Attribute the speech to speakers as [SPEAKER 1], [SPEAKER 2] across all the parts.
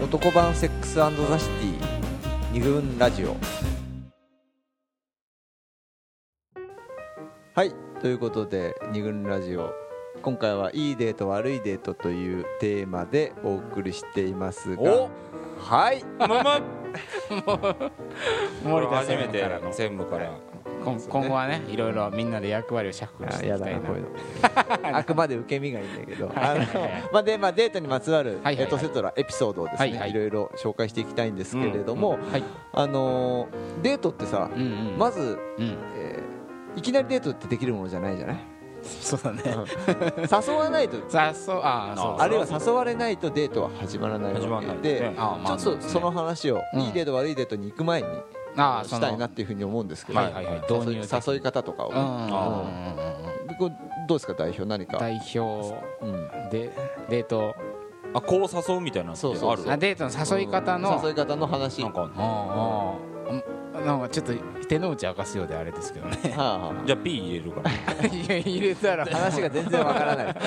[SPEAKER 1] 男版セックスザシティ二軍ラジオはいということで二軍ラジオ今回はいいデート悪いデートというテーマでお送りしていますが
[SPEAKER 2] お
[SPEAKER 1] はい
[SPEAKER 2] まま
[SPEAKER 3] 森田
[SPEAKER 2] 初
[SPEAKER 3] 専
[SPEAKER 2] め
[SPEAKER 3] 務か
[SPEAKER 2] て
[SPEAKER 3] ら
[SPEAKER 2] 専
[SPEAKER 3] の
[SPEAKER 2] 務から
[SPEAKER 3] 今今後はねいろいろみんなで役割をシャッフルしてい
[SPEAKER 1] や
[SPEAKER 3] き
[SPEAKER 1] だな
[SPEAKER 3] た
[SPEAKER 1] い
[SPEAKER 3] な
[SPEAKER 1] こういうの あくまで受け身がいいんだけど
[SPEAKER 3] はい
[SPEAKER 1] あのまあでまあデートにまつわる
[SPEAKER 3] はいはいはい
[SPEAKER 1] エトセトラエピソードをです
[SPEAKER 3] はい
[SPEAKER 1] ね
[SPEAKER 3] はい
[SPEAKER 1] いろいろ紹介していきたいんですけれども
[SPEAKER 3] はい
[SPEAKER 1] あのーデートってさ
[SPEAKER 3] うんうん
[SPEAKER 1] まず
[SPEAKER 3] うん
[SPEAKER 1] えーいきなりデートってできるものじゃないじゃない
[SPEAKER 3] そうだね
[SPEAKER 1] 誘わないと
[SPEAKER 3] 雑草ああそう
[SPEAKER 1] あるいは誘われないとデートは始まらない
[SPEAKER 2] 始ま
[SPEAKER 1] わ
[SPEAKER 2] らない
[SPEAKER 1] けで
[SPEAKER 2] ね
[SPEAKER 3] あま
[SPEAKER 1] ちょ
[SPEAKER 3] あ
[SPEAKER 1] っとその話を
[SPEAKER 3] うん
[SPEAKER 1] いいデート悪いデートに行く前に
[SPEAKER 3] ああそ
[SPEAKER 1] し
[SPEAKER 3] の
[SPEAKER 1] たいなっていうふうに思うんですけど
[SPEAKER 3] はいはいはい導入
[SPEAKER 1] 誘い
[SPEAKER 3] 的
[SPEAKER 1] 誘い方とかを
[SPEAKER 3] うんうん
[SPEAKER 1] ね
[SPEAKER 3] うんうんうん
[SPEAKER 1] これどうですか代表何か
[SPEAKER 3] 代表
[SPEAKER 1] うん
[SPEAKER 3] でデート
[SPEAKER 2] あこう誘うみたいなのって
[SPEAKER 1] そうそう
[SPEAKER 2] ある
[SPEAKER 1] そう
[SPEAKER 3] あデートの誘い方の
[SPEAKER 1] 誘い方の話
[SPEAKER 2] なんかあんの
[SPEAKER 3] うんうんなんかちょっと手の内明かすようであれですけどね
[SPEAKER 1] はあはあ
[SPEAKER 2] じゃあ P 入れるから
[SPEAKER 3] いや入れたら
[SPEAKER 1] 話が全然わからない っていう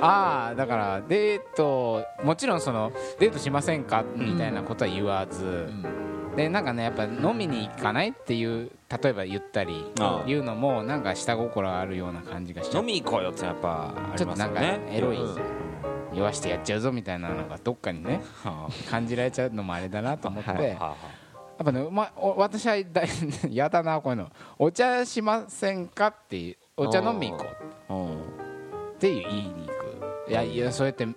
[SPEAKER 3] ああだからデートもちろんそのデートしませんかみたいなことは言わず、でなんかねやっぱ飲みに行かないっていう例えば言ったり
[SPEAKER 2] ああ
[SPEAKER 3] いうのもなんか下心あるような感じがしちゃ
[SPEAKER 2] 飲
[SPEAKER 3] う
[SPEAKER 2] み行こうよってやっぱあ
[SPEAKER 3] ち
[SPEAKER 2] り
[SPEAKER 3] ょ
[SPEAKER 2] ま
[SPEAKER 3] っと
[SPEAKER 2] す
[SPEAKER 3] な
[SPEAKER 2] よ
[SPEAKER 3] んか
[SPEAKER 2] ね
[SPEAKER 3] エロい
[SPEAKER 1] うん
[SPEAKER 3] 酔わしてやっちゃうぞみたいなのがどっかにね
[SPEAKER 2] は
[SPEAKER 3] 感じられちゃうのもあれだなと思って、
[SPEAKER 1] はい
[SPEAKER 2] あはあは
[SPEAKER 3] やっぱね、うま、お私はだやだなこういうのお茶しませんかっていうお茶飲み行こう
[SPEAKER 2] あうん
[SPEAKER 3] っていう言いに行くいやいやそうやって誘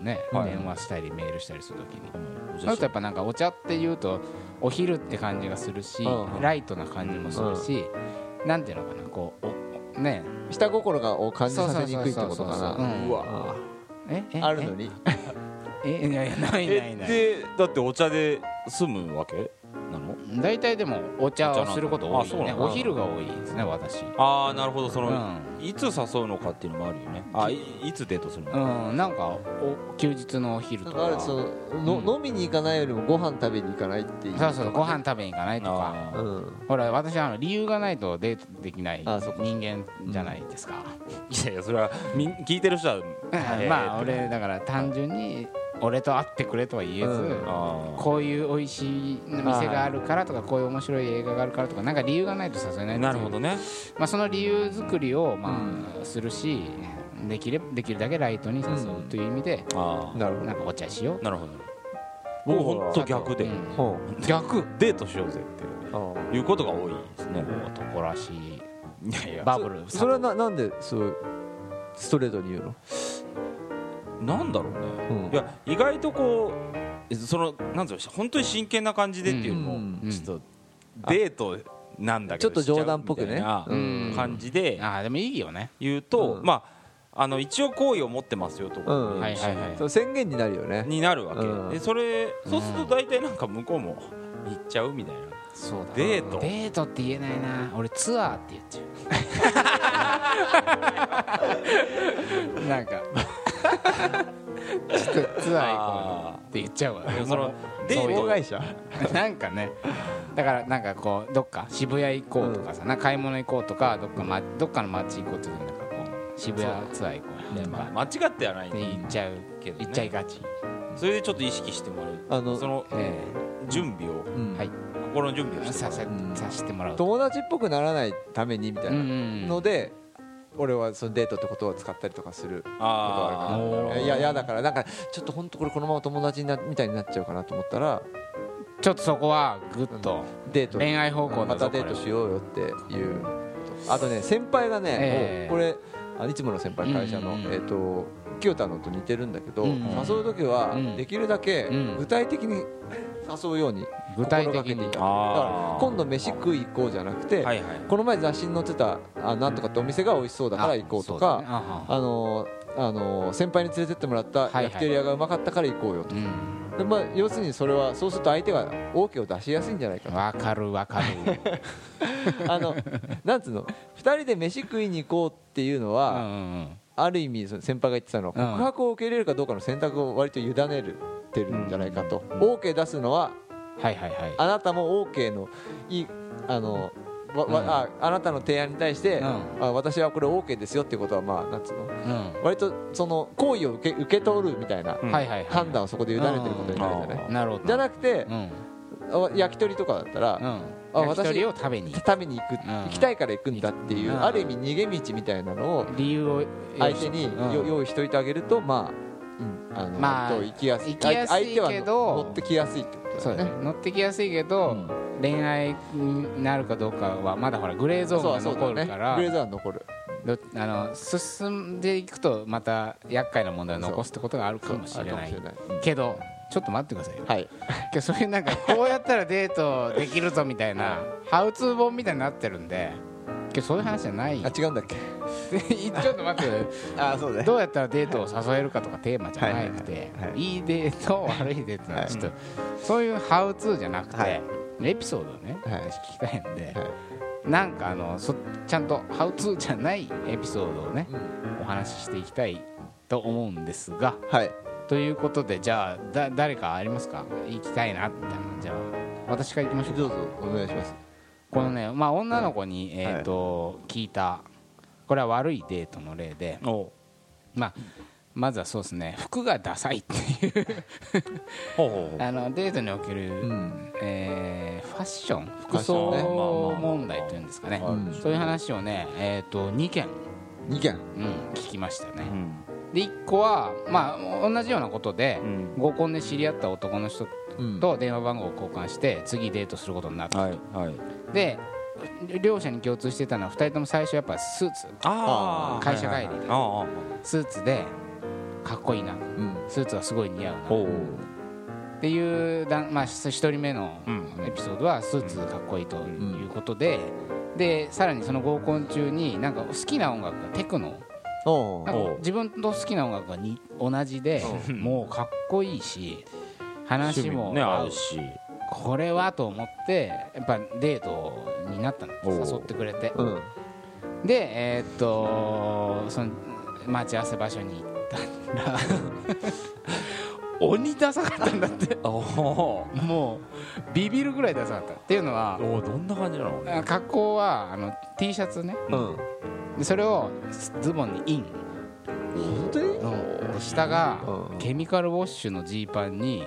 [SPEAKER 3] うね、
[SPEAKER 2] はい
[SPEAKER 3] 電話したりメールしたりするときに
[SPEAKER 2] うん
[SPEAKER 3] そうするとやっぱなんかお茶っていうとお昼って感じがするし
[SPEAKER 1] うんうん
[SPEAKER 3] ライトな感じもするしなんていうのかなこうおね
[SPEAKER 1] 下心がを感じさせにくいってことか
[SPEAKER 3] そうそうそうそうう
[SPEAKER 1] なんうわ
[SPEAKER 3] ええ
[SPEAKER 1] あるのに
[SPEAKER 3] ええいやいやないない
[SPEAKER 2] え
[SPEAKER 3] ない
[SPEAKER 2] でだってお茶で済むわけなの
[SPEAKER 3] 大体でもお茶をすること多いよ
[SPEAKER 2] あそうな
[SPEAKER 3] ね
[SPEAKER 2] んだ
[SPEAKER 3] お昼が多いですね私
[SPEAKER 2] ああなるほどその、
[SPEAKER 3] う
[SPEAKER 2] いつ誘うのかっていうのもあるよねあいいつデートするの
[SPEAKER 3] うんなんかお休日のお昼
[SPEAKER 1] な
[SPEAKER 3] と
[SPEAKER 1] んかある
[SPEAKER 3] か
[SPEAKER 1] そ
[SPEAKER 3] そう
[SPEAKER 1] のの飲みに行かないよりもご飯食べに行かないっていう
[SPEAKER 3] そうご飯食べに行かないとか
[SPEAKER 1] う
[SPEAKER 2] あー
[SPEAKER 1] ん
[SPEAKER 3] ほら私はあの理由がないとデートできない
[SPEAKER 1] あそっか
[SPEAKER 3] 人間じゃないですか
[SPEAKER 2] いやいやそれはみん聞いてる人 は
[SPEAKER 3] うんまあ俺だから単純に俺と会ってくれとは言え
[SPEAKER 1] う
[SPEAKER 3] ず
[SPEAKER 1] ん
[SPEAKER 2] あ
[SPEAKER 3] こういう美味しい店があるからとかこういう面白い映画があるからとかなんか理由がないと誘えないってい
[SPEAKER 2] あ
[SPEAKER 3] う
[SPEAKER 2] なるほどね
[SPEAKER 3] まあ、その理由作りをまあするしできれできるだけライトに誘うという意味で
[SPEAKER 2] あ
[SPEAKER 1] なるほ
[SPEAKER 3] なんかお茶しよう
[SPEAKER 2] あなるほど僕本当逆で、
[SPEAKER 3] うん
[SPEAKER 1] ど
[SPEAKER 3] 逆
[SPEAKER 2] デートしようぜって
[SPEAKER 1] ほうあ
[SPEAKER 2] いうことが多いですね、
[SPEAKER 3] 男らしい
[SPEAKER 2] いやいや
[SPEAKER 3] バブル
[SPEAKER 1] あそれはななんでそうストレートに言うの
[SPEAKER 2] なんだろうね、
[SPEAKER 1] うん
[SPEAKER 2] いや意外とこうそのなんつうの本当に真剣な感じでっていうのも、
[SPEAKER 1] うん
[SPEAKER 3] うん
[SPEAKER 2] ちょっとデートなんだけ
[SPEAKER 1] ちょ
[SPEAKER 2] ど
[SPEAKER 1] っと冗談っぽく
[SPEAKER 2] しち
[SPEAKER 1] ね
[SPEAKER 2] ゃうみたいな感じで
[SPEAKER 3] ああでもいいよね
[SPEAKER 2] 言うと、
[SPEAKER 1] うん
[SPEAKER 2] まああの一応好意を持ってますよとか、
[SPEAKER 1] うん
[SPEAKER 3] はいはいはい
[SPEAKER 1] そう宣言になるよね
[SPEAKER 2] になるわけ、
[SPEAKER 1] うん
[SPEAKER 2] でそれそうすると大体なんか向こうも行っちゃうみたいな、
[SPEAKER 3] そうだ
[SPEAKER 2] デート
[SPEAKER 3] デートって言えないな俺ツアーって言っちゃ うなんかちょっとツアー行こうよって言っちゃうわ
[SPEAKER 2] でもそのデ
[SPEAKER 3] そう
[SPEAKER 2] ー
[SPEAKER 3] いう
[SPEAKER 2] ト
[SPEAKER 1] 会社
[SPEAKER 3] なんかねだからなんかこうどっか渋谷行こうとかさ、なんか買い物行こうとかどっか、ま、どっかの街行こうとかなんかこう渋谷ツアー行こう
[SPEAKER 2] ね
[SPEAKER 3] と
[SPEAKER 2] ま
[SPEAKER 3] か
[SPEAKER 2] あ、間違ってはないん
[SPEAKER 3] で
[SPEAKER 2] で
[SPEAKER 3] 行っちゃう
[SPEAKER 2] けど、ね、
[SPEAKER 3] 行っちゃいがち、
[SPEAKER 2] それでちょっと意識してもらう
[SPEAKER 1] あの
[SPEAKER 2] その
[SPEAKER 3] え
[SPEAKER 2] 準備を
[SPEAKER 1] う
[SPEAKER 3] え
[SPEAKER 1] ん
[SPEAKER 3] はい
[SPEAKER 2] 心の準備をして
[SPEAKER 3] さ
[SPEAKER 2] もら
[SPEAKER 3] せ
[SPEAKER 2] う
[SPEAKER 1] うん
[SPEAKER 3] させてもらうと
[SPEAKER 1] 友達っぽくならないためにみたい
[SPEAKER 3] うんう
[SPEAKER 1] なんので俺はそのデートってことを使ったりとかする
[SPEAKER 2] あー
[SPEAKER 3] あー
[SPEAKER 1] いやいやだからなんかちょっと本当これこのまま友達になみたいになっちゃうかなと思ったら
[SPEAKER 3] ちょっとそこはグッと
[SPEAKER 1] デート
[SPEAKER 3] 恋愛方向
[SPEAKER 1] ま
[SPEAKER 3] だぞ
[SPEAKER 1] たデートしようよっていうことあとね先輩がね、
[SPEAKER 3] ええ
[SPEAKER 1] これあいつもの先輩会社の、
[SPEAKER 3] うんうんうん
[SPEAKER 1] えっと清田のと似てるんだけど、
[SPEAKER 3] うんうん
[SPEAKER 1] 誘う時は
[SPEAKER 3] うん
[SPEAKER 1] できるだけ
[SPEAKER 3] うん
[SPEAKER 1] 具体的に 誘うように
[SPEAKER 3] 具体
[SPEAKER 1] 心がけ
[SPEAKER 3] 的
[SPEAKER 1] てい
[SPEAKER 3] に
[SPEAKER 1] ただか
[SPEAKER 2] あ
[SPEAKER 1] ら
[SPEAKER 2] ー
[SPEAKER 1] 今度飯食い行こうじゃなくて、
[SPEAKER 2] はいはい
[SPEAKER 1] この前雑誌に載ってたあなんとかってお店が美味しそうだから行こうとか
[SPEAKER 3] あそうだねあは
[SPEAKER 1] あのあの先輩に連れてってもらった
[SPEAKER 3] いはい
[SPEAKER 1] 焼き鳥屋がうまかったから行こうよと、
[SPEAKER 3] うん
[SPEAKER 1] でまあ、要するにそれはそうすると相手が OK を出しやすいんじゃないか
[SPEAKER 3] わかるわか る
[SPEAKER 1] と あのなんつうの2人で飯食いに行こうっていうの
[SPEAKER 3] うんう
[SPEAKER 1] は、
[SPEAKER 3] ん
[SPEAKER 1] ある意味その先輩が言ってたのは
[SPEAKER 3] うん
[SPEAKER 1] 告白を受け入れるかどうかの選択を割と委ねるてるんじゃないかと、OK 出すのは
[SPEAKER 3] うんはいはいはい
[SPEAKER 1] あなたも OK のいいあのわわ
[SPEAKER 3] うん
[SPEAKER 1] ああなたの提案に対して、
[SPEAKER 3] うん
[SPEAKER 1] あ私はこれ OK ですよってことはまあなんつうの
[SPEAKER 3] うん
[SPEAKER 1] 割とその行為を受け受け取るみたいな
[SPEAKER 2] うん
[SPEAKER 3] はいはいはい
[SPEAKER 1] 判断をそこで委ねてることになるじゃない、
[SPEAKER 2] う
[SPEAKER 3] なるほど
[SPEAKER 1] じゃなくて
[SPEAKER 3] う、ん
[SPEAKER 1] あ焼き鳥とかだったら、
[SPEAKER 3] うん焼き鳥を食べに
[SPEAKER 1] 食べに行く、
[SPEAKER 3] ん
[SPEAKER 1] 行きたいから行くんだっていう、
[SPEAKER 3] うん
[SPEAKER 1] ある意味逃げ道みたいなのを
[SPEAKER 3] 理由を
[SPEAKER 1] 相手に
[SPEAKER 3] うん
[SPEAKER 1] よ用意しといてあげるとまあ、うんあの
[SPEAKER 3] まあ
[SPEAKER 1] 割と行きやすい
[SPEAKER 3] 行きやすいけど
[SPEAKER 1] 相手は乗ってきやすいってこと
[SPEAKER 3] そ
[SPEAKER 1] だよ
[SPEAKER 3] うだね
[SPEAKER 1] ね
[SPEAKER 3] 乗ってきやすいけど、恋愛になるかどうかはまだほらグレーゾーンが
[SPEAKER 1] そうだ
[SPEAKER 3] 残る
[SPEAKER 1] ね
[SPEAKER 3] から
[SPEAKER 1] グレーザー残る
[SPEAKER 3] どあの進んでいくとまた厄介な問題を残すってことがあるかもしれない
[SPEAKER 1] そうあるかもしれない
[SPEAKER 3] けどちょっと待ってくださいよ
[SPEAKER 1] うんはい
[SPEAKER 3] 今日そういうなんかこうやったらデートできるぞみたいなハウツー本みたいになってるんで今日そういう話じゃない
[SPEAKER 1] あ違うんだっけ
[SPEAKER 3] ちょっと待って
[SPEAKER 1] あそうだ
[SPEAKER 3] どうやったらデートを誘えるかとかテーマじゃなくて、
[SPEAKER 1] はいはいいはい
[SPEAKER 3] デート悪いデートなんでちょっと、そういうハウツーじゃなくて、
[SPEAKER 1] はい
[SPEAKER 3] エピソードをね、
[SPEAKER 1] はい
[SPEAKER 3] 私聞きたいんで、
[SPEAKER 1] は
[SPEAKER 3] なんかあのそちゃんとハウツーじゃないエピソードをね、
[SPEAKER 1] うん
[SPEAKER 3] お話ししていきたいと思うんですが
[SPEAKER 1] はい
[SPEAKER 3] ということでじゃあだ誰かありますか行きたいなみたいなじゃあ私から行きましょうか
[SPEAKER 1] どうぞお願いします
[SPEAKER 3] このね、まあ、女の子に、えーと聞いたこれは悪いデートの例で、
[SPEAKER 2] おう
[SPEAKER 3] まあ、まずはそうですね服がダサいっていう
[SPEAKER 2] ほうほうほう
[SPEAKER 3] あのデートにおける、
[SPEAKER 1] うん
[SPEAKER 3] えーファッション
[SPEAKER 1] ァ
[SPEAKER 3] 服
[SPEAKER 1] ッションね
[SPEAKER 3] 装問題というんですかね、
[SPEAKER 1] まあまあまあ
[SPEAKER 3] そういう話をね、えー、と2件、
[SPEAKER 1] 2件
[SPEAKER 3] うん、聞きました
[SPEAKER 2] う
[SPEAKER 3] ね
[SPEAKER 2] ん
[SPEAKER 3] で1個は、まあ、同じようなことで、
[SPEAKER 2] うん
[SPEAKER 3] 合コンで知り合った男の人
[SPEAKER 1] うん
[SPEAKER 3] と電話番号を交換して次デートすることになった、
[SPEAKER 2] はいはい
[SPEAKER 3] で両者に共通してたのは2人とも最初やっぱスーツ
[SPEAKER 2] ああ
[SPEAKER 3] 会社帰り
[SPEAKER 2] ああ
[SPEAKER 3] スーツでかっこいいな
[SPEAKER 1] うん
[SPEAKER 3] スーツはすごい似合うな
[SPEAKER 2] ほう
[SPEAKER 3] っていうだん、まあ、1人目の
[SPEAKER 2] うん
[SPEAKER 3] エピソードはスーツかっこいいということで、でさらにその合コン中になんか好きな音楽がテクノ
[SPEAKER 1] お
[SPEAKER 3] なん
[SPEAKER 1] ー
[SPEAKER 3] か
[SPEAKER 2] おう
[SPEAKER 3] 自分と好きな音楽がに同じでもうかっこいいし話
[SPEAKER 2] 趣味
[SPEAKER 3] も
[SPEAKER 2] ね
[SPEAKER 3] 合
[SPEAKER 2] 合
[SPEAKER 3] う
[SPEAKER 2] うし
[SPEAKER 3] これはと思ってやっぱデートになったの
[SPEAKER 2] おう
[SPEAKER 3] 誘ってくれて
[SPEAKER 1] うん
[SPEAKER 3] でえーっとその待ち合わせ場所に行ったら鬼ダサかったんだって
[SPEAKER 2] おお
[SPEAKER 3] もうビビるぐらいダサかったっていうのは
[SPEAKER 2] おうどんな感じなの
[SPEAKER 3] あ格好はあの T シャツね
[SPEAKER 1] うん
[SPEAKER 3] でそれをズボンにイン、
[SPEAKER 1] 本当に
[SPEAKER 3] うん、下が
[SPEAKER 1] うん
[SPEAKER 3] ケミカルウォッシュのジーパンに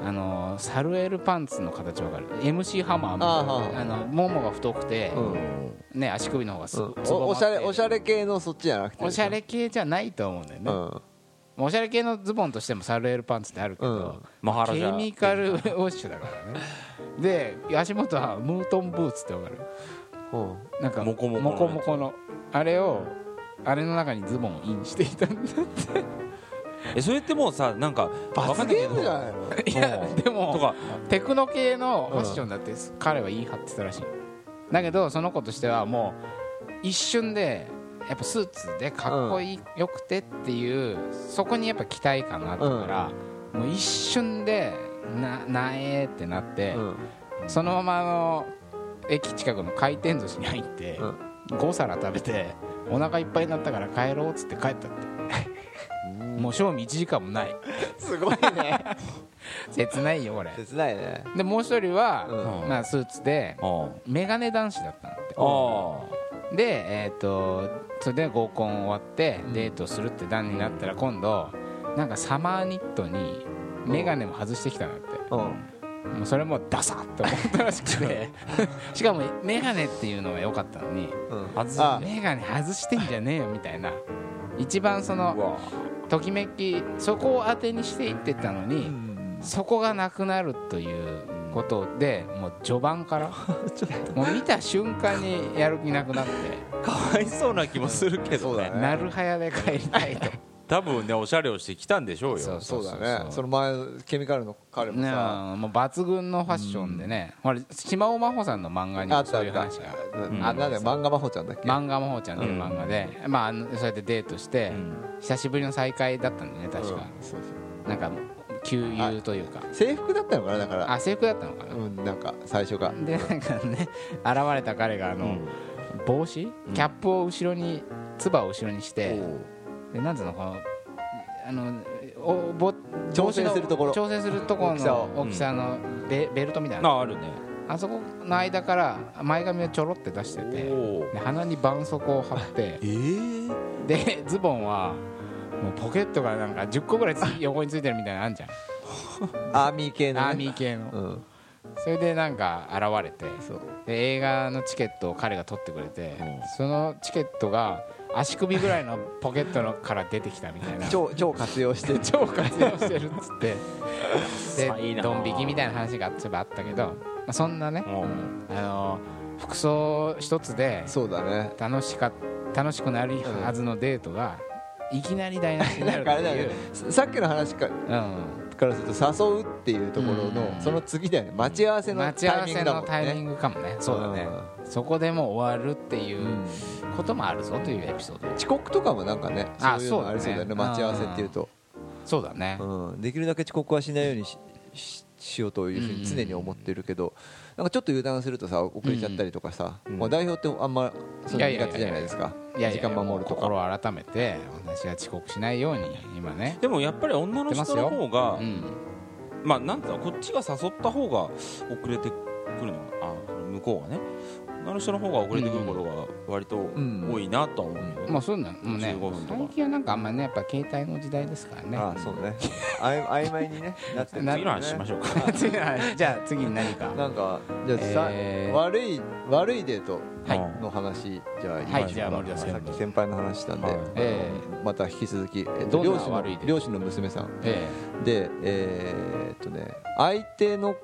[SPEAKER 3] あのサルエルパンツの形わかる MC ハマーみたいなあ
[SPEAKER 1] あ
[SPEAKER 3] のももが太くて、
[SPEAKER 1] うん
[SPEAKER 3] ね、足首の方がす
[SPEAKER 1] うん
[SPEAKER 3] つぼ
[SPEAKER 1] お
[SPEAKER 3] ま
[SPEAKER 1] お
[SPEAKER 3] っ
[SPEAKER 1] してゃれおしゃれ系のそっちじゃなくて
[SPEAKER 3] おしゃれ系じゃないと思うんだよ
[SPEAKER 1] う
[SPEAKER 3] ね、
[SPEAKER 1] ん
[SPEAKER 3] おしゃれ系のズボンとしてもサルエルパンツってあるけど、
[SPEAKER 2] マハラジ
[SPEAKER 3] ケ
[SPEAKER 2] ャ
[SPEAKER 3] ミカルウォッシュだからねで足元はムートンブーツってわかる
[SPEAKER 1] うん
[SPEAKER 3] なんか
[SPEAKER 2] モコモコの
[SPEAKER 3] モコモコのあれをあれの中にズボンをインしていたんだ
[SPEAKER 2] えそれってもうさなんかわか
[SPEAKER 1] 罰
[SPEAKER 2] んな
[SPEAKER 1] ゲ
[SPEAKER 2] いけ
[SPEAKER 1] ー
[SPEAKER 2] ど
[SPEAKER 1] ムじゃないの
[SPEAKER 3] いや
[SPEAKER 2] うん
[SPEAKER 3] で
[SPEAKER 2] と
[SPEAKER 3] も
[SPEAKER 2] か
[SPEAKER 3] テクノ系のファッションだって彼は言い張ってたらしいだけどその子としてはもう一瞬でやっぱスーツでかっこいい、よくてっていうそこにやっぱ期待感があったから、もう一瞬でななえーってなって、
[SPEAKER 1] うん
[SPEAKER 3] そのままあの駅近くの回転寿司に入って、
[SPEAKER 1] うん
[SPEAKER 3] 5皿食べてお腹いっぱいになったから帰ろうっつって帰っ たってもう賞味1時間もない
[SPEAKER 1] すごいね
[SPEAKER 3] 切ないよこれ
[SPEAKER 1] 切ないね
[SPEAKER 3] でもう一人は、
[SPEAKER 2] うん
[SPEAKER 3] まあ、スーツで
[SPEAKER 2] おう
[SPEAKER 3] メガネ男子だったんだって
[SPEAKER 2] あ
[SPEAKER 3] でえっ、とそれで合コン終わってデートするって段になったら今度なんかサマーニットにメガネも外してきたんだって
[SPEAKER 1] うん
[SPEAKER 3] もうそれもダサって思ったらしく てしかもメガネっていうのが良かったのに
[SPEAKER 1] うん
[SPEAKER 2] あず
[SPEAKER 1] あ
[SPEAKER 3] メガネ外してんじゃねえよみたいな一番その
[SPEAKER 2] わ
[SPEAKER 3] ときめきそこを当てにしていってたの
[SPEAKER 1] う
[SPEAKER 3] に
[SPEAKER 1] ん
[SPEAKER 3] そこがなくなるということでもう序盤からもう見た瞬間にやる気なくなって
[SPEAKER 2] かわいそうな気もするけ
[SPEAKER 1] そう
[SPEAKER 2] ど
[SPEAKER 1] だ
[SPEAKER 2] ね
[SPEAKER 1] ね
[SPEAKER 3] なるはやで帰りたいと
[SPEAKER 2] 多分ねおしゃれをしてきたんでしょうよ
[SPEAKER 1] そうだねその前のケミカルの彼も
[SPEAKER 3] ねえ
[SPEAKER 1] さ
[SPEAKER 3] もう抜群のファッションでねほら島尾真帆さんの漫画に
[SPEAKER 1] あ
[SPEAKER 3] も
[SPEAKER 1] った
[SPEAKER 3] そ
[SPEAKER 1] あ
[SPEAKER 3] ういう
[SPEAKER 1] った
[SPEAKER 3] 話が
[SPEAKER 1] うんあなんだよ漫画魔法ちゃんだっけ
[SPEAKER 3] 漫画魔法ちゃんという漫画で、まああの、そうやってデートして、
[SPEAKER 2] ん
[SPEAKER 3] 久しぶりの再会だったんだよね確か、
[SPEAKER 1] うんそうそう
[SPEAKER 3] なんか給油というか
[SPEAKER 1] 制服だったのかなだから
[SPEAKER 3] あ制服だったのかな、
[SPEAKER 1] うんなんか最初が
[SPEAKER 3] でなんかね現れた彼があの、
[SPEAKER 2] うん
[SPEAKER 3] 帽子キャップを後ろにつばを後ろにして、
[SPEAKER 2] おう
[SPEAKER 3] でなんつうのこのあのおぼ
[SPEAKER 1] 調整するところ
[SPEAKER 3] 調整するとこ
[SPEAKER 1] 大
[SPEAKER 3] ろ
[SPEAKER 1] きさ
[SPEAKER 3] の
[SPEAKER 1] を
[SPEAKER 3] 大きさのベベルトみたいな
[SPEAKER 2] なあるね
[SPEAKER 3] あそこの間から前髪をちょろって出してて
[SPEAKER 2] おー
[SPEAKER 3] で鼻に絆創膏を貼って
[SPEAKER 2] えー、
[SPEAKER 3] でズボンはもうポケットがなんか10個ぐらいつ横についてるみたいなのあんじゃ ん
[SPEAKER 1] アーミー系の、ね、
[SPEAKER 3] アーミー系の
[SPEAKER 1] うん
[SPEAKER 3] それでなんか現れて
[SPEAKER 1] そう
[SPEAKER 3] で映画のチケットを彼が取ってくれて
[SPEAKER 2] うん
[SPEAKER 3] そのチケットが足首ぐらいのポケットのから出てきたみたいな
[SPEAKER 1] 超 超活用してる
[SPEAKER 3] 超活用してるっつって
[SPEAKER 2] さい
[SPEAKER 3] で
[SPEAKER 2] な
[SPEAKER 3] ドン引きみたいな話がそういえばあったけど、まあ、そんなね、
[SPEAKER 2] もう
[SPEAKER 3] あの服装一つで
[SPEAKER 1] そうだね
[SPEAKER 3] 楽しか楽しくなるはずのデートがいきなり台無しにな
[SPEAKER 1] な
[SPEAKER 3] る
[SPEAKER 1] ん
[SPEAKER 3] っ
[SPEAKER 1] かあれ
[SPEAKER 3] て
[SPEAKER 1] だ
[SPEAKER 3] い
[SPEAKER 1] よ
[SPEAKER 3] う
[SPEAKER 1] ね、ささっきの話か
[SPEAKER 3] うん、
[SPEAKER 1] からすると誘うっていうところの
[SPEAKER 3] うん
[SPEAKER 1] その次だよね待ち合わせの
[SPEAKER 3] 待ち合
[SPEAKER 1] タイ
[SPEAKER 3] わ
[SPEAKER 1] ミング
[SPEAKER 3] せ
[SPEAKER 1] だ
[SPEAKER 3] の
[SPEAKER 1] もん
[SPEAKER 3] タイミ
[SPEAKER 1] ね
[SPEAKER 3] ングかもねそうだねそこでもう終わるっていううんこともあるぞというエピソード
[SPEAKER 1] 遅刻とかもなんかねそ
[SPEAKER 3] あ
[SPEAKER 1] ういうのありそうだよね
[SPEAKER 3] そうだね
[SPEAKER 1] 待ち合わせっていうと
[SPEAKER 3] そうだね、
[SPEAKER 1] うんできるだけ遅刻はしないようにしししようというふうに常に思ってるけどなんかちょっと油断するとさ遅れちゃったりとかさ
[SPEAKER 2] うん
[SPEAKER 1] まあ代表ってあんまそういうの苦手じゃないですか
[SPEAKER 3] いやい
[SPEAKER 1] 時
[SPEAKER 3] や
[SPEAKER 1] 間守るとか
[SPEAKER 3] 心を改めて私は遅刻しないように今ね
[SPEAKER 2] でもやっぱり女の人の方が
[SPEAKER 3] う
[SPEAKER 2] ま,、
[SPEAKER 3] ん
[SPEAKER 2] あなんだこっちが誘った方が遅れてくるのあ向こうがね女の人の方が遅れてくることが割と
[SPEAKER 1] ん
[SPEAKER 2] 多いなとは思うけど、
[SPEAKER 3] もうそういうのもうね
[SPEAKER 2] 15分とか
[SPEAKER 3] 最近はなんかあんまねやっぱ携帯の時代ですからね
[SPEAKER 1] ああそうねあい曖昧にねなってる
[SPEAKER 3] な
[SPEAKER 2] 次の話しましょうか
[SPEAKER 3] 次の話 じゃあ次に何か
[SPEAKER 1] なんかじゃあさ、
[SPEAKER 3] えー
[SPEAKER 1] 悪い悪いデート
[SPEAKER 2] はい
[SPEAKER 1] の話じゃあいき
[SPEAKER 3] はい
[SPEAKER 1] ましょう
[SPEAKER 3] じゃあ
[SPEAKER 1] か
[SPEAKER 3] 森田さん
[SPEAKER 1] さっき先輩の話したんで、
[SPEAKER 2] はい
[SPEAKER 3] え
[SPEAKER 1] また引き続き、えっ
[SPEAKER 3] ど
[SPEAKER 1] と
[SPEAKER 3] んな
[SPEAKER 1] 漁師の
[SPEAKER 3] 悪いデート
[SPEAKER 1] 漁師の娘さん
[SPEAKER 3] ええ
[SPEAKER 1] でえーっとね相手の、
[SPEAKER 3] えうん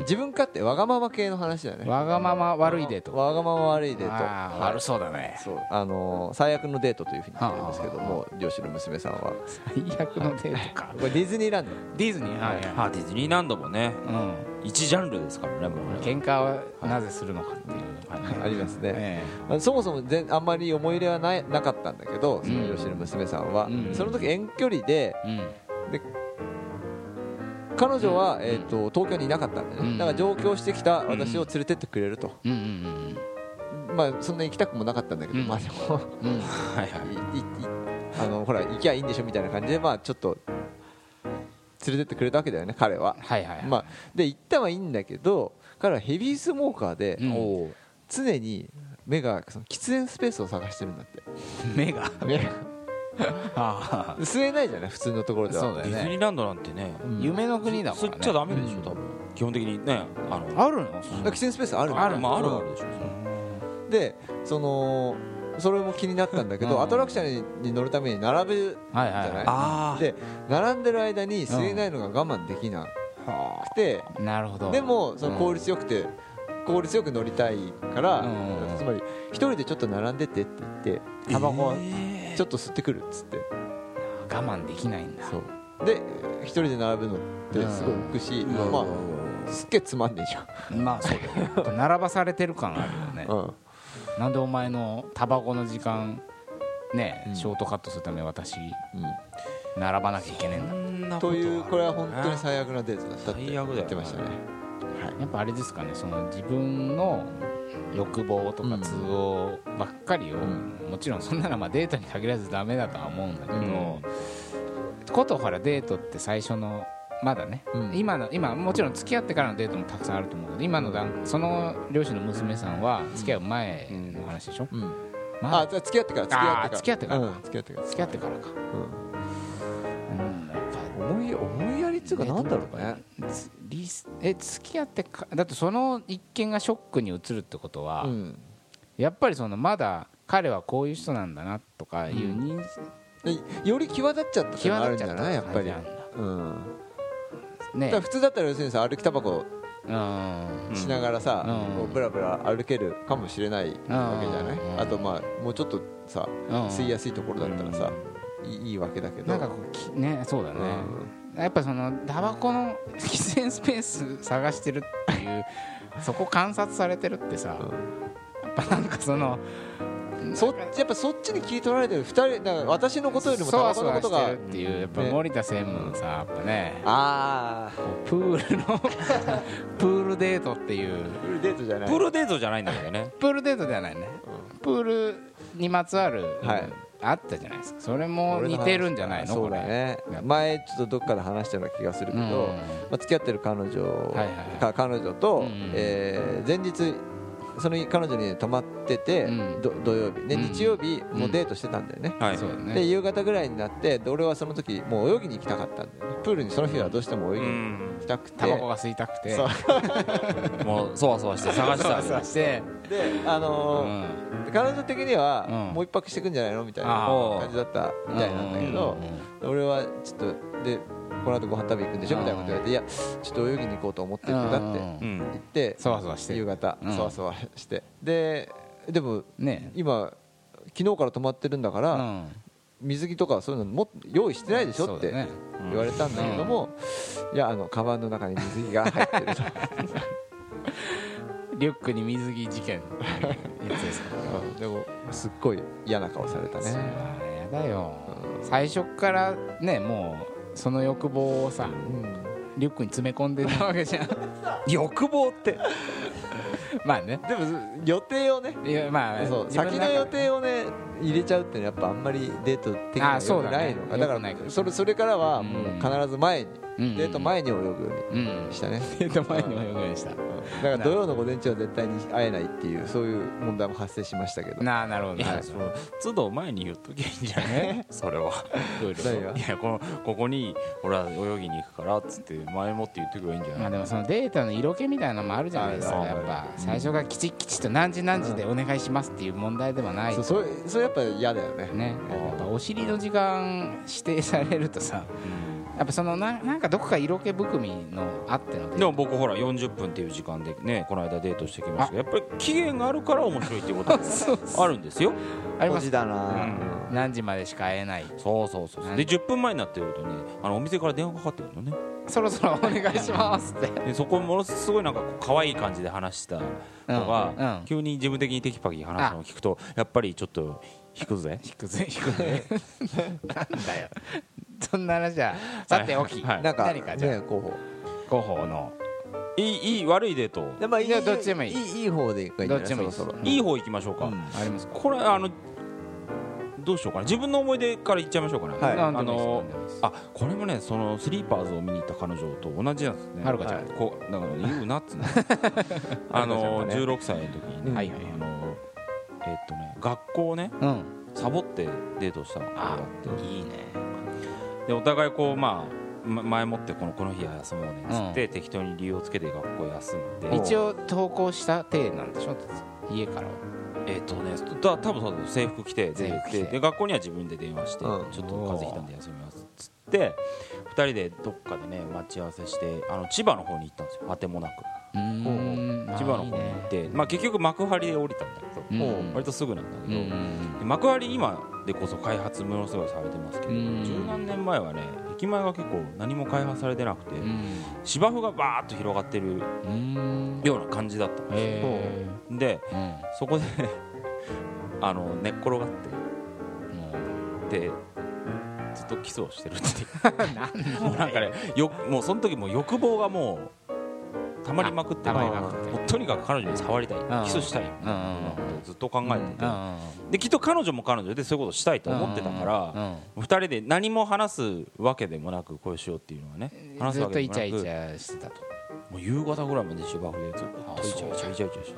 [SPEAKER 1] 自分勝手わがまま系の話だよね
[SPEAKER 3] わがまま悪いデート
[SPEAKER 1] わがまま悪いデート
[SPEAKER 3] あー
[SPEAKER 1] はい
[SPEAKER 3] 悪そうだね
[SPEAKER 1] そうあのー最悪のデートというふうに言ってるんですけども漁師の娘さんは
[SPEAKER 3] 最悪のデートか
[SPEAKER 1] これディズニーランド
[SPEAKER 3] ディズニーはい
[SPEAKER 2] まあディズニーランドもね
[SPEAKER 3] はい
[SPEAKER 2] 一ジャンルですからねもう
[SPEAKER 3] うん
[SPEAKER 2] ね
[SPEAKER 3] 喧嘩はなぜするのかっていう
[SPEAKER 1] ありますね、
[SPEAKER 3] え
[SPEAKER 1] まあそもそも全あんまり思い入れはないなかったんだけどその
[SPEAKER 3] うん
[SPEAKER 1] 吉野娘さんは、
[SPEAKER 3] うん
[SPEAKER 1] その時遠距離で
[SPEAKER 3] えうん
[SPEAKER 1] 彼女は、
[SPEAKER 3] うん
[SPEAKER 1] えー、と東京にいなかったんだよね、
[SPEAKER 3] うん
[SPEAKER 1] だから上京してきた私を連れてってくれると、
[SPEAKER 3] うんうん
[SPEAKER 1] まあそんなに行きたくもなかったんだけど、
[SPEAKER 3] うん
[SPEAKER 1] まあでも
[SPEAKER 3] うんうん
[SPEAKER 2] はいはい
[SPEAKER 1] いいいあのほら行きゃいいんでしょみたいな感じでまあちょっと連れてってくれたわけだよね彼は、
[SPEAKER 3] はいはい
[SPEAKER 1] まあ、で行ったはいいんだけど彼はヘビースモーカーで、
[SPEAKER 3] うん
[SPEAKER 2] おー
[SPEAKER 1] 常に目がその喫煙スペースを探してるんだって
[SPEAKER 3] 目が
[SPEAKER 1] 目が
[SPEAKER 3] あ
[SPEAKER 1] 吸えないじゃない普通のところ
[SPEAKER 3] あ
[SPEAKER 1] では
[SPEAKER 3] そうだ
[SPEAKER 2] ディズ
[SPEAKER 3] よ
[SPEAKER 2] ニ
[SPEAKER 3] ね
[SPEAKER 2] ーランドなんてね
[SPEAKER 1] うん
[SPEAKER 3] 夢の国だか
[SPEAKER 2] そ
[SPEAKER 3] ら
[SPEAKER 2] っ
[SPEAKER 3] ね
[SPEAKER 2] ちゃダメでし
[SPEAKER 1] う
[SPEAKER 2] ょ
[SPEAKER 1] ん
[SPEAKER 2] 多分基本的にねあの
[SPEAKER 3] あるの
[SPEAKER 1] だから喫煙スペースあるの
[SPEAKER 2] あ
[SPEAKER 3] あ
[SPEAKER 2] る
[SPEAKER 3] る
[SPEAKER 2] まああるあるでしょ
[SPEAKER 1] でそのそれも気になったんだけど、
[SPEAKER 3] うん
[SPEAKER 1] アトラクションに乗るために並ぶ
[SPEAKER 3] はいはい
[SPEAKER 1] じゃ
[SPEAKER 2] あ
[SPEAKER 3] は
[SPEAKER 1] で並んでる間に吸えないのが我慢できなくて、
[SPEAKER 3] いなるほど
[SPEAKER 1] でもその効率よくて、効率よく乗りたいから、
[SPEAKER 3] うん
[SPEAKER 1] つまり一人でちょっと並んでてって言ってタバコちょっと吸ってくるっつって、
[SPEAKER 3] 我慢できないんだ
[SPEAKER 1] そうで一人で並ぶのってすごい浮くし、
[SPEAKER 2] うん
[SPEAKER 1] まあすっげえつまんねえじゃん、
[SPEAKER 3] まあそうだよね並ばされてる感あるよ ね
[SPEAKER 1] うん
[SPEAKER 3] なんでお前のタバコの時間ね
[SPEAKER 1] うん
[SPEAKER 3] ショートカットするために私
[SPEAKER 1] うん
[SPEAKER 3] 並ばなきゃいけねえんだ
[SPEAKER 1] というこれは本当に
[SPEAKER 2] 最
[SPEAKER 1] 最悪なデートだったって
[SPEAKER 2] 最悪だよ
[SPEAKER 1] 言ってましたね
[SPEAKER 3] やっぱあれですかねその自分の欲望と
[SPEAKER 1] う
[SPEAKER 3] か
[SPEAKER 1] ん
[SPEAKER 3] 都合ばっかりを、
[SPEAKER 1] ん
[SPEAKER 3] もちろんそんなのまあデートに限らずダメだとは思うんだけど、
[SPEAKER 2] うん
[SPEAKER 3] ことほらデートって最初のまだね、
[SPEAKER 1] うん
[SPEAKER 3] 今の今もちろん付き合ってからのデートもたくさんあると思うけど今の段その両親の娘さんは付き合う前の話でしょ、
[SPEAKER 1] うん
[SPEAKER 3] ま
[SPEAKER 1] あ
[SPEAKER 3] あ
[SPEAKER 1] じゃあ付き合ってから付き合ってから
[SPEAKER 3] あー付き合
[SPEAKER 1] うん付き合
[SPEAKER 3] ってから
[SPEAKER 1] ってから
[SPEAKER 3] 付き合ってからか、うん、やっぱ
[SPEAKER 1] 思い思いやりっていうか
[SPEAKER 3] えー
[SPEAKER 1] なんだろうね
[SPEAKER 3] つリスえ付き合ってかだってその一件がショックに移るってことは、
[SPEAKER 1] うん
[SPEAKER 3] やっぱりそのまだ彼はこういう人なんだなとかいう認識、
[SPEAKER 1] でより際立っちゃったっての
[SPEAKER 3] 際
[SPEAKER 1] がある
[SPEAKER 3] 立
[SPEAKER 1] ん
[SPEAKER 3] っ
[SPEAKER 1] じ
[SPEAKER 3] ちゃ
[SPEAKER 1] ゃ
[SPEAKER 3] った
[SPEAKER 1] ないやっぱり
[SPEAKER 3] 感じなんだ
[SPEAKER 1] うんだ
[SPEAKER 3] ね
[SPEAKER 1] から普通だったら要するにさ歩きタバコ
[SPEAKER 3] うん
[SPEAKER 1] しながらさ
[SPEAKER 3] うん
[SPEAKER 1] こうブラブラ歩けるかもしれないわけじゃな
[SPEAKER 3] う
[SPEAKER 1] い
[SPEAKER 3] ん
[SPEAKER 1] あとまあもうちょっとさ
[SPEAKER 3] うん
[SPEAKER 1] 吸いやすいところだったらさいいいいわけだけど
[SPEAKER 3] なんかこうきねそうだね、やっぱそのタバコの喫煙スペース探してるっ ていうそこ観察されてるってさ、
[SPEAKER 1] うん
[SPEAKER 3] やっぱなんかその
[SPEAKER 1] うんそやっぱそっちに聞い取られてる二人だから私のことよりも
[SPEAKER 3] そ
[SPEAKER 1] タバ
[SPEAKER 3] わ
[SPEAKER 1] コ
[SPEAKER 3] そ
[SPEAKER 1] の
[SPEAKER 3] わ
[SPEAKER 1] こと
[SPEAKER 3] して
[SPEAKER 1] が
[SPEAKER 3] るっていうやっぱ
[SPEAKER 1] ね
[SPEAKER 3] 森田専務のさやっぱね
[SPEAKER 1] ああ
[SPEAKER 3] プールのプールデートっていう
[SPEAKER 1] プールデートじゃない
[SPEAKER 2] プールデートじゃないんだけどね
[SPEAKER 3] プールデートではないね、プールにまつわる、
[SPEAKER 1] はい
[SPEAKER 3] あったじゃないですかそれも似てるんじゃないの
[SPEAKER 1] そう
[SPEAKER 3] こ
[SPEAKER 1] だ
[SPEAKER 3] れ
[SPEAKER 1] ね前ちょっとどっかで話したような気がするけど、
[SPEAKER 3] うん
[SPEAKER 1] まあ、付き合ってる彼女
[SPEAKER 3] いはいはい
[SPEAKER 1] か彼女と、
[SPEAKER 3] うんうん
[SPEAKER 1] えー前日その日彼女にね泊まってて、
[SPEAKER 3] うん
[SPEAKER 1] ど土曜日で
[SPEAKER 3] うん
[SPEAKER 1] 日曜日もうデートしてたんだよね、
[SPEAKER 2] はい
[SPEAKER 3] そうだ
[SPEAKER 1] で
[SPEAKER 3] ね
[SPEAKER 1] 夕方ぐらいになってで俺はその時もう泳ぎに行きたかったんだよねプールにその日はどうしても泳
[SPEAKER 2] う
[SPEAKER 1] ぎに
[SPEAKER 2] ん
[SPEAKER 1] 行きたくて、
[SPEAKER 3] タバコが吸いたくて
[SPEAKER 1] そう
[SPEAKER 2] もうそわそわして探し てたんだよ
[SPEAKER 3] して
[SPEAKER 1] であ
[SPEAKER 3] う
[SPEAKER 1] のー
[SPEAKER 3] ん
[SPEAKER 1] 彼女的には、
[SPEAKER 3] うん
[SPEAKER 1] もう一泊してくんじゃないのみたいな
[SPEAKER 3] あ
[SPEAKER 2] ー
[SPEAKER 1] 感じだったみたいなんだけど、俺はちょっとでこの後ご飯食べ行くんでしょみたいなこと言われていやちょっと泳ぎに行こうと思ってるんだって
[SPEAKER 3] うん
[SPEAKER 2] うん
[SPEAKER 1] 言って
[SPEAKER 3] そわそわして
[SPEAKER 1] 夕方
[SPEAKER 3] うん
[SPEAKER 1] そわそわしてででも
[SPEAKER 3] ね
[SPEAKER 1] 今昨日から泊まってるんだか
[SPEAKER 3] う
[SPEAKER 1] ら
[SPEAKER 3] ん
[SPEAKER 1] 水着とかそういうのも用意してないでしょって
[SPEAKER 3] そうだね
[SPEAKER 1] 言われたんだけどもいやあのカバンの中に水着が入ってると
[SPEAKER 3] リュックに水着事件やつですか
[SPEAKER 1] うんでもすっごい嫌な顔された
[SPEAKER 3] それ
[SPEAKER 1] ね
[SPEAKER 3] はやだよ
[SPEAKER 1] う
[SPEAKER 3] 最初からねもうその欲望を
[SPEAKER 1] う
[SPEAKER 3] さ
[SPEAKER 1] ん
[SPEAKER 3] リュックに詰め込んでたわけじゃん
[SPEAKER 2] 欲望って
[SPEAKER 3] まあね
[SPEAKER 1] でも予定をね
[SPEAKER 3] いやまあ
[SPEAKER 1] そう
[SPEAKER 3] 自分
[SPEAKER 1] 先
[SPEAKER 3] 中
[SPEAKER 1] の予定をね入れちゃうってのはやっぱあんまりデート的には
[SPEAKER 3] あそう
[SPEAKER 1] 良く
[SPEAKER 3] だね
[SPEAKER 1] ないのかだか
[SPEAKER 3] 良くないからら
[SPEAKER 1] それそれからはもう
[SPEAKER 3] うん
[SPEAKER 1] 必ず前に
[SPEAKER 3] うんうん
[SPEAKER 1] デート前に泳ぐよう
[SPEAKER 3] うん
[SPEAKER 1] にしたね
[SPEAKER 3] デート前にもよくでした
[SPEAKER 1] だから土曜の午前中は絶対に会えないっていうそういう問題も発生しましたけど
[SPEAKER 3] なあなるほど
[SPEAKER 2] い
[SPEAKER 3] な
[SPEAKER 2] や
[SPEAKER 3] る
[SPEAKER 2] そ
[SPEAKER 3] ほ
[SPEAKER 2] の都度前に言っときゃいいんじゃ ないそれは
[SPEAKER 3] どルールを
[SPEAKER 1] 何が
[SPEAKER 2] いやこのここに俺は泳ぎに行くからっつって前もって言ってくばいいんじゃ
[SPEAKER 3] ま
[SPEAKER 2] な
[SPEAKER 3] あ
[SPEAKER 2] い
[SPEAKER 3] でもそのデータの色気みたいなのもあるじゃないですか
[SPEAKER 2] あるあ
[SPEAKER 3] や
[SPEAKER 2] る
[SPEAKER 3] っぱ最初がきちっきちっと何時何時でお願いしますっていう問題ではない
[SPEAKER 1] そうそれそれやっぱ嫌だよね
[SPEAKER 3] ね
[SPEAKER 2] あー
[SPEAKER 3] やっぱお尻の時間指定されるとさやっぱそのななんかどこか色気含みのあっての
[SPEAKER 2] でも僕ほら40分っていう時間でねこの間デートしてきましたけどやっぱり期限があるから面白いっていうこと
[SPEAKER 3] あそう
[SPEAKER 2] があるんですよ
[SPEAKER 3] ありま
[SPEAKER 1] マ
[SPEAKER 3] す
[SPEAKER 1] ジだな
[SPEAKER 3] 何時までしか会えない
[SPEAKER 2] そうそうそうそうで10分前になってるとねあのお店から電話かかってくるのね
[SPEAKER 3] そろそろお願いしますって
[SPEAKER 2] でそこものすごいなんかこう可愛い感じで話したのが、
[SPEAKER 3] うんうん
[SPEAKER 2] 急に自分的にテキパキ話したのを聞くとやっぱりちょっと引くぜ
[SPEAKER 3] 引くぜ引くぜなんだよそんな話じゃさておき、
[SPEAKER 2] はい
[SPEAKER 1] なんか
[SPEAKER 3] 何かじゃあ
[SPEAKER 1] ね候補
[SPEAKER 3] 広報の
[SPEAKER 2] いいいい悪いデート
[SPEAKER 1] でまあ
[SPEAKER 3] いやどっちでもいい
[SPEAKER 1] いいい方でいいかいいんじゃない
[SPEAKER 3] どっちでもいいです
[SPEAKER 1] そろそろ
[SPEAKER 2] いい方行きましょうか、
[SPEAKER 1] うん
[SPEAKER 3] ありますか
[SPEAKER 2] これあのどうしようかな自分の思い出から言っちゃいましょうかね、
[SPEAKER 1] はい
[SPEAKER 2] あ
[SPEAKER 3] 何でも
[SPEAKER 2] の
[SPEAKER 3] いいです
[SPEAKER 2] あこれもねそのスリーパーズを見に行った彼女と同じなんですね
[SPEAKER 3] はるかちゃん
[SPEAKER 2] はいこうだから言うなっつ うのあ
[SPEAKER 1] は
[SPEAKER 2] の
[SPEAKER 1] るかちゃんがね
[SPEAKER 2] 16歳の時にね、
[SPEAKER 1] はい
[SPEAKER 3] はいはい
[SPEAKER 2] あのえっとね学校をね
[SPEAKER 3] うん
[SPEAKER 2] サボってデートしたことがあって
[SPEAKER 3] いいね
[SPEAKER 2] でお互いこうまあま前もってこのこの日は休もうねっつって、適当に理由をつけて学校休んで
[SPEAKER 1] お
[SPEAKER 3] 一応投稿した体なんでしょ家からは
[SPEAKER 2] えっ、とねだ多分そうだ制服着て
[SPEAKER 3] 制
[SPEAKER 2] で
[SPEAKER 3] 服着て
[SPEAKER 2] でで学校には自分で電話して、
[SPEAKER 1] うん
[SPEAKER 2] ちょっと風邪ひたんで休みますっつって2人でどっかでね待ち合わせしてあの千葉の方に行ったんですよあてもなく
[SPEAKER 3] うーん
[SPEAKER 2] 千葉の方に行ってまあ、結局幕張で降りたんだけど、
[SPEAKER 3] うん
[SPEAKER 2] もう割とすぐなんだ
[SPEAKER 3] あ
[SPEAKER 2] け
[SPEAKER 3] いい
[SPEAKER 2] ど、
[SPEAKER 3] ねうん
[SPEAKER 2] で幕張今でこそ開発ものすごいされてますけど、
[SPEAKER 3] うん
[SPEAKER 2] 十何年前はね駅前が結構何も開発されてなくて、芝生がバーッと広がってる
[SPEAKER 3] うんうん
[SPEAKER 2] ような感じだったんですよ、
[SPEAKER 3] へ
[SPEAKER 2] で
[SPEAKER 3] えうん
[SPEAKER 2] そこであの寝っ転がっ
[SPEAKER 3] も
[SPEAKER 2] てでずっとキスをしてるっていう
[SPEAKER 3] うなん
[SPEAKER 2] もうなんかねよもうその時もう欲望がもうたまりまくって
[SPEAKER 3] たまりまくって
[SPEAKER 2] もうとにかく彼女に触りた
[SPEAKER 3] ん
[SPEAKER 2] いキスしたい
[SPEAKER 3] うんうんうん
[SPEAKER 2] ずっと考えてて、
[SPEAKER 3] うん
[SPEAKER 2] できっと彼女も彼女でそういうことしたいと思ってたから、
[SPEAKER 3] うんうん
[SPEAKER 2] 2人で何も話すわけでもなくこうしようっていうのはね
[SPEAKER 3] うん
[SPEAKER 2] 話す
[SPEAKER 3] ずっ
[SPEAKER 2] わ
[SPEAKER 3] と
[SPEAKER 2] けで
[SPEAKER 3] イ
[SPEAKER 2] も
[SPEAKER 3] チ
[SPEAKER 2] な
[SPEAKER 3] ャ
[SPEAKER 2] く
[SPEAKER 3] イチャしてたと
[SPEAKER 2] もう夕方ぐらいまで芝生でずっ
[SPEAKER 3] あ
[SPEAKER 2] とイチャイチャイチャイチャして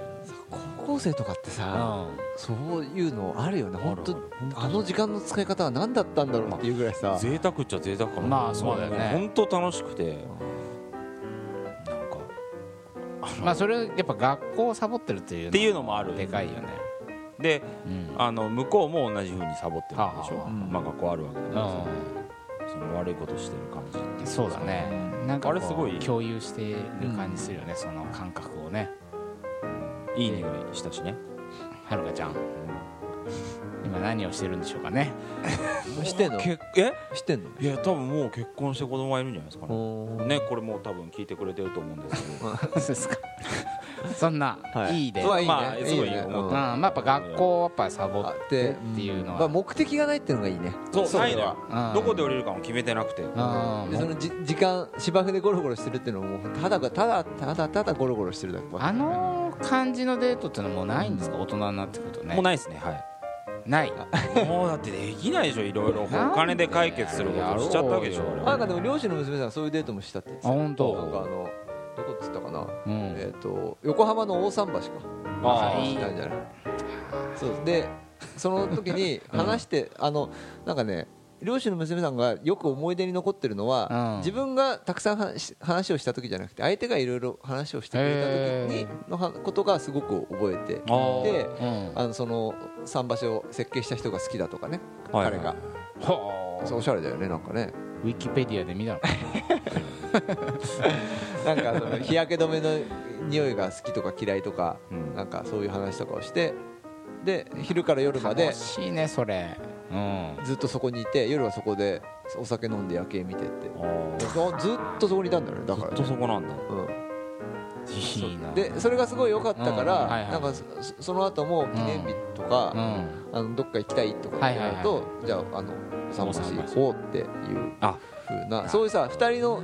[SPEAKER 1] 高校生とかってさそういうのあるよね本
[SPEAKER 2] ある
[SPEAKER 1] 当あの時間の使い方は何だったんだろうっていうぐらいさ
[SPEAKER 2] 贅沢っちゃ贅沢かな
[SPEAKER 3] まあそうだよね
[SPEAKER 2] 本当楽しくてなんか
[SPEAKER 3] まあそれやっぱ学校をサボってるという
[SPEAKER 2] っていうのもある
[SPEAKER 3] でかいよね
[SPEAKER 2] で
[SPEAKER 3] うん
[SPEAKER 2] あの向こうも同じふうにサボってるわけでし
[SPEAKER 3] はあは
[SPEAKER 2] ょ
[SPEAKER 1] あ
[SPEAKER 2] まあ学校あるわけだから
[SPEAKER 3] うん
[SPEAKER 2] その悪いことしてる感じっていか
[SPEAKER 3] そうだねなんか
[SPEAKER 2] あれす
[SPEAKER 3] こ
[SPEAKER 2] ご
[SPEAKER 3] う
[SPEAKER 2] い
[SPEAKER 3] 共有してる感じするよねその感覚をね
[SPEAKER 2] いい匂いしたしね
[SPEAKER 3] はるかちゃん今何をしてるんでしょうかね
[SPEAKER 1] してんの
[SPEAKER 2] けえ
[SPEAKER 1] してんの
[SPEAKER 2] いや多分もう結婚して子供がいるんじゃないですかね
[SPEAKER 1] おー
[SPEAKER 2] ねこれもう多分聞いてくれてると思うんですけど
[SPEAKER 3] そうですかそんな
[SPEAKER 1] はい
[SPEAKER 3] いいで
[SPEAKER 1] そうはいいね
[SPEAKER 2] まあすご
[SPEAKER 1] い
[SPEAKER 2] い
[SPEAKER 1] いね
[SPEAKER 2] 思
[SPEAKER 3] う
[SPEAKER 2] っ
[SPEAKER 3] んまあやっぱ学校をやっぱサボ
[SPEAKER 1] あ
[SPEAKER 3] っ
[SPEAKER 1] で
[SPEAKER 3] てっていうの
[SPEAKER 1] まあ、
[SPEAKER 3] は
[SPEAKER 1] 目的がないっていうのがいいね
[SPEAKER 2] そう
[SPEAKER 1] そう
[SPEAKER 2] ないのよ
[SPEAKER 3] うん
[SPEAKER 2] どこで降りるかも決めてなくて
[SPEAKER 3] うん
[SPEAKER 1] でそのじ時間芝生でゴロゴロしてるっていうのはもうただただただただゴロゴロしてるだけ
[SPEAKER 3] あの感じのデートってのはもうないんですか大人になってくるとね
[SPEAKER 2] もうないですねはい
[SPEAKER 3] ない
[SPEAKER 2] もうだってできないでしょいろいろお
[SPEAKER 3] なんで
[SPEAKER 2] 金で解決することしちゃったわけでしょ
[SPEAKER 3] やろうよ
[SPEAKER 1] なん
[SPEAKER 2] あ
[SPEAKER 1] かでも漁師の娘さんそういうデートもしたって言って
[SPEAKER 3] あ
[SPEAKER 1] た
[SPEAKER 3] 本当
[SPEAKER 1] なんかあのどこっつったかな
[SPEAKER 3] うん
[SPEAKER 1] えっと横浜の大桟橋か
[SPEAKER 2] あ
[SPEAKER 3] いい
[SPEAKER 1] なんじゃないそうでその時に話して、あのなんかね漁師の娘さんがよく思い出に残ってるのは、
[SPEAKER 3] うん
[SPEAKER 1] 自分がたくさん話話をした時じゃなくて相手がいろいろ話をしてくれた時に
[SPEAKER 3] へ
[SPEAKER 1] のはことがすごく覚えて
[SPEAKER 2] あー
[SPEAKER 1] で
[SPEAKER 3] うん
[SPEAKER 1] あのその桟橋を設計した人が好きだとかね、
[SPEAKER 2] はい
[SPEAKER 1] 彼が
[SPEAKER 3] ほう
[SPEAKER 1] そうおしゃれだよねなんかね
[SPEAKER 3] ウィキペディアで見たの
[SPEAKER 1] なんか その日焼け止めの匂いが好きとか嫌いとか、
[SPEAKER 2] うん
[SPEAKER 1] なんかそういう話とかをしてで昼から夜まで
[SPEAKER 3] 楽しいねそれうん
[SPEAKER 1] ずっとそこにいて夜はそこでお酒飲んで夜景見てって
[SPEAKER 2] あーず
[SPEAKER 1] あずっとそこにいたんだよねだから
[SPEAKER 2] っとそこなんだ
[SPEAKER 1] うん
[SPEAKER 3] いいな
[SPEAKER 1] でそれがすごい良かったから、
[SPEAKER 3] うんはいはい
[SPEAKER 1] なんかそその後も記念日とか、
[SPEAKER 3] うん
[SPEAKER 1] あのどっか行きたいとかってなると、
[SPEAKER 3] はい
[SPEAKER 1] じゃああの桟橋行こうっていう
[SPEAKER 2] あ
[SPEAKER 1] 風なそういうさ2人の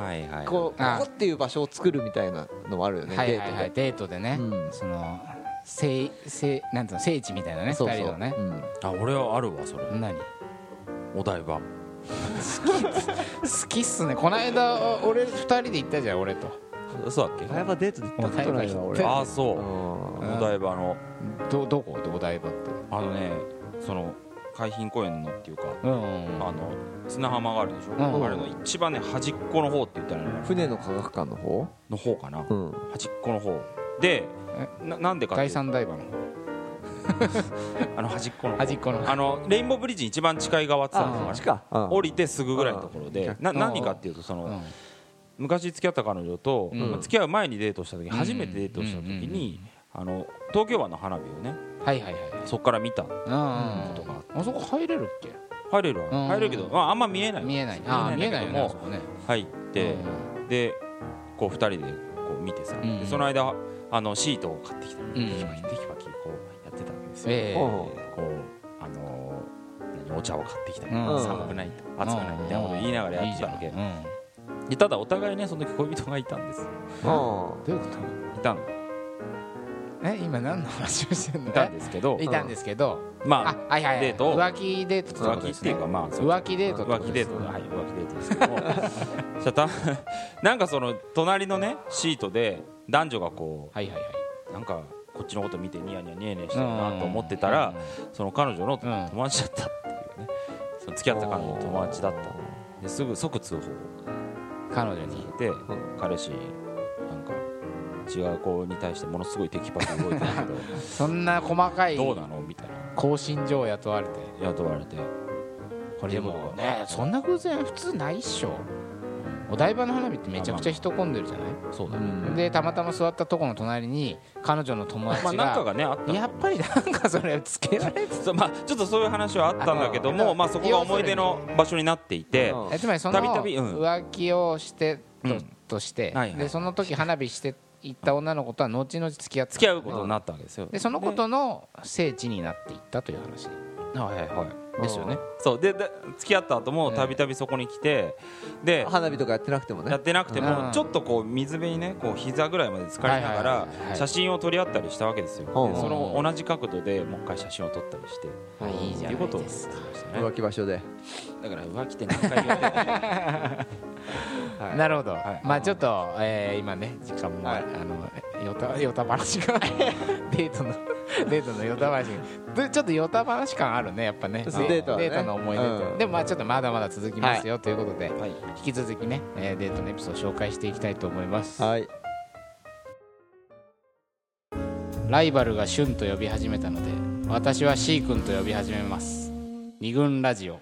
[SPEAKER 2] はいはい
[SPEAKER 1] こうこ
[SPEAKER 3] あ
[SPEAKER 1] こっていう場所を作るみたいなのもあるよね、
[SPEAKER 3] はい
[SPEAKER 1] デ
[SPEAKER 3] はい
[SPEAKER 1] ー
[SPEAKER 3] はい
[SPEAKER 1] ト
[SPEAKER 3] デートでね
[SPEAKER 1] うん
[SPEAKER 3] その聖聖なんていうの聖地みたいなね
[SPEAKER 1] で。そう
[SPEAKER 3] 二
[SPEAKER 1] そう
[SPEAKER 3] 人のね
[SPEAKER 1] うん
[SPEAKER 2] あ俺はあるわそれ
[SPEAKER 3] 何
[SPEAKER 2] お台場
[SPEAKER 3] 好きっすねこの間俺二人で行ったじゃん俺と
[SPEAKER 2] そうだっけ
[SPEAKER 1] やっぱデートで行ったことないわ
[SPEAKER 3] お
[SPEAKER 1] 俺
[SPEAKER 3] 台場行っ
[SPEAKER 2] ああそううんお台場の
[SPEAKER 3] どどこお台場って
[SPEAKER 2] あのねその海浜公園のっていうか
[SPEAKER 3] うん
[SPEAKER 2] あの砂浜があるでしょ、
[SPEAKER 3] ん
[SPEAKER 2] あれの一番ね端っこの方って言ったらいいのかな
[SPEAKER 1] 船の科学館の方、
[SPEAKER 2] の方かな、
[SPEAKER 1] うん、
[SPEAKER 2] 端っこの方でななんでかっていう
[SPEAKER 3] 第
[SPEAKER 2] と
[SPEAKER 3] 三台場の
[SPEAKER 2] あの端っこの方
[SPEAKER 3] 端っこの
[SPEAKER 2] あのレインボーブリッジに一番近い側って言ったのか
[SPEAKER 1] あっ
[SPEAKER 2] な
[SPEAKER 1] ちか、うん
[SPEAKER 2] 降りてすぐぐらいのところで
[SPEAKER 1] う
[SPEAKER 2] な
[SPEAKER 3] うん
[SPEAKER 2] 何かっていうとその、
[SPEAKER 3] うん
[SPEAKER 2] 昔付き合った彼女と、
[SPEAKER 3] うん
[SPEAKER 2] まあ付き合う前にデートした時、
[SPEAKER 3] ん
[SPEAKER 2] 初めてデートした時に、あの東京湾の花火をね
[SPEAKER 3] はいはいはい
[SPEAKER 2] そこから見た
[SPEAKER 3] うん
[SPEAKER 2] ことがあっ
[SPEAKER 3] あそこ入れるっけ
[SPEAKER 2] 入れるわ
[SPEAKER 3] うん
[SPEAKER 2] 入れるけど、まあ、あんま見えない
[SPEAKER 3] 見えないあー見えない
[SPEAKER 2] 見えない
[SPEAKER 3] よねあ
[SPEAKER 2] んだけど
[SPEAKER 3] そ
[SPEAKER 2] も
[SPEAKER 3] こね
[SPEAKER 2] 入って、でこう2人でこう見てさ、
[SPEAKER 3] うんうん
[SPEAKER 2] でその間あのシートを買ってきて、ね
[SPEAKER 3] うんうん
[SPEAKER 2] テキパキテキパキこうやってたわけですよ、
[SPEAKER 3] ええ
[SPEAKER 1] うん
[SPEAKER 2] こうあのー何お茶を買ってきたり、
[SPEAKER 3] うん
[SPEAKER 2] 寒くないと暑くないみたいなこと言いながらやってたわけ
[SPEAKER 3] いいじゃんうん
[SPEAKER 2] でただお互いねその時恋人がいたんですよ
[SPEAKER 1] うん
[SPEAKER 3] どういうこと
[SPEAKER 2] いたの
[SPEAKER 3] え今何の話をしてんの
[SPEAKER 2] いたんですけど
[SPEAKER 3] えいたんですけどあ
[SPEAKER 2] ま
[SPEAKER 3] はいはいはい
[SPEAKER 2] デートを
[SPEAKER 3] 浮気デートって
[SPEAKER 2] あ浮
[SPEAKER 3] こと
[SPEAKER 2] 気
[SPEAKER 3] で
[SPEAKER 2] っ
[SPEAKER 3] す
[SPEAKER 2] てい
[SPEAKER 3] ね
[SPEAKER 2] うかまあそう
[SPEAKER 3] 浮気デートって
[SPEAKER 2] 浮
[SPEAKER 3] こと
[SPEAKER 2] 気デ
[SPEAKER 3] です
[SPEAKER 2] ートはい浮気デートですけども そしたらなんかその隣のねシートで男女がこ
[SPEAKER 3] はいはいはいう
[SPEAKER 2] なんかこっちのこと見てニヤニヤニヤニヤしてるなと思ってたら、その彼女の友達だったっていうね、その付き合った彼女の友達だったですぐ即通報
[SPEAKER 3] 彼女に
[SPEAKER 2] で、
[SPEAKER 1] ん
[SPEAKER 2] 彼氏なんか違う子に対してものすごいテキパキ 動いてる
[SPEAKER 3] そんな細か
[SPEAKER 2] け
[SPEAKER 3] い
[SPEAKER 2] どどうなのみたいな
[SPEAKER 3] 更新上雇われて
[SPEAKER 2] 雇われて
[SPEAKER 3] これでも
[SPEAKER 2] 僕
[SPEAKER 3] ねそんな偶然普通ないっしょお台場の花火ってめちゃくちゃ人混んでるじゃない、
[SPEAKER 2] そうだね、
[SPEAKER 3] でたまたま座ったとこの隣に彼女の友達
[SPEAKER 2] ま
[SPEAKER 3] が、
[SPEAKER 2] あ仲がねあった
[SPEAKER 3] やっぱりなんかそれつけられて
[SPEAKER 2] そうまあちょっとそういう話はあったんだけど
[SPEAKER 3] あ
[SPEAKER 2] もまあそこが思い出の場所になっていて
[SPEAKER 1] うん
[SPEAKER 3] えつまりその
[SPEAKER 2] たびたびうん
[SPEAKER 3] 浮気をしてと,、
[SPEAKER 2] うん
[SPEAKER 3] として、
[SPEAKER 2] はいはい
[SPEAKER 3] でその時花火していった女の子とは後々付き合って
[SPEAKER 2] 付き合うことになったわけですよ
[SPEAKER 3] でその子との聖地になっていったという話
[SPEAKER 2] ではいはいはい
[SPEAKER 3] ですよね
[SPEAKER 2] そうでで付き合った後もたびたびそこに来てで
[SPEAKER 1] 花火とかやってなくてもね
[SPEAKER 2] やってなくて
[SPEAKER 3] うん
[SPEAKER 2] もちょっとこう水辺にねこう膝ぐらいまで浸かりなが
[SPEAKER 3] はいは
[SPEAKER 2] ら
[SPEAKER 3] いはいはい
[SPEAKER 2] 写真を撮り合ったりしたわけですよで
[SPEAKER 1] うん
[SPEAKER 2] その同じ角度でもう一回写真を撮ったりして
[SPEAKER 1] うん
[SPEAKER 3] あいいじゃない
[SPEAKER 2] っていうことを
[SPEAKER 3] ですか
[SPEAKER 1] 浮気場所で、
[SPEAKER 2] だから浮気って何回言われた
[SPEAKER 1] はい
[SPEAKER 3] なるほど、
[SPEAKER 2] はい
[SPEAKER 3] まあちょっと、えー今ね時間も、
[SPEAKER 1] はい
[SPEAKER 3] あのよたよた話が デートのデートのよた話がでちょっとよた話感あるねやっぱね
[SPEAKER 1] そうデートはね
[SPEAKER 3] の思い出と、
[SPEAKER 1] うん
[SPEAKER 3] でもまあちょっとまだまだ続きますよ、ということで
[SPEAKER 2] はい
[SPEAKER 3] 引き続きね、えーデートのエピソードを紹介していきたいと思います、
[SPEAKER 1] はい
[SPEAKER 3] ライバルがシュンと呼び始めたので私は C 君と呼び始めます二軍ラジオ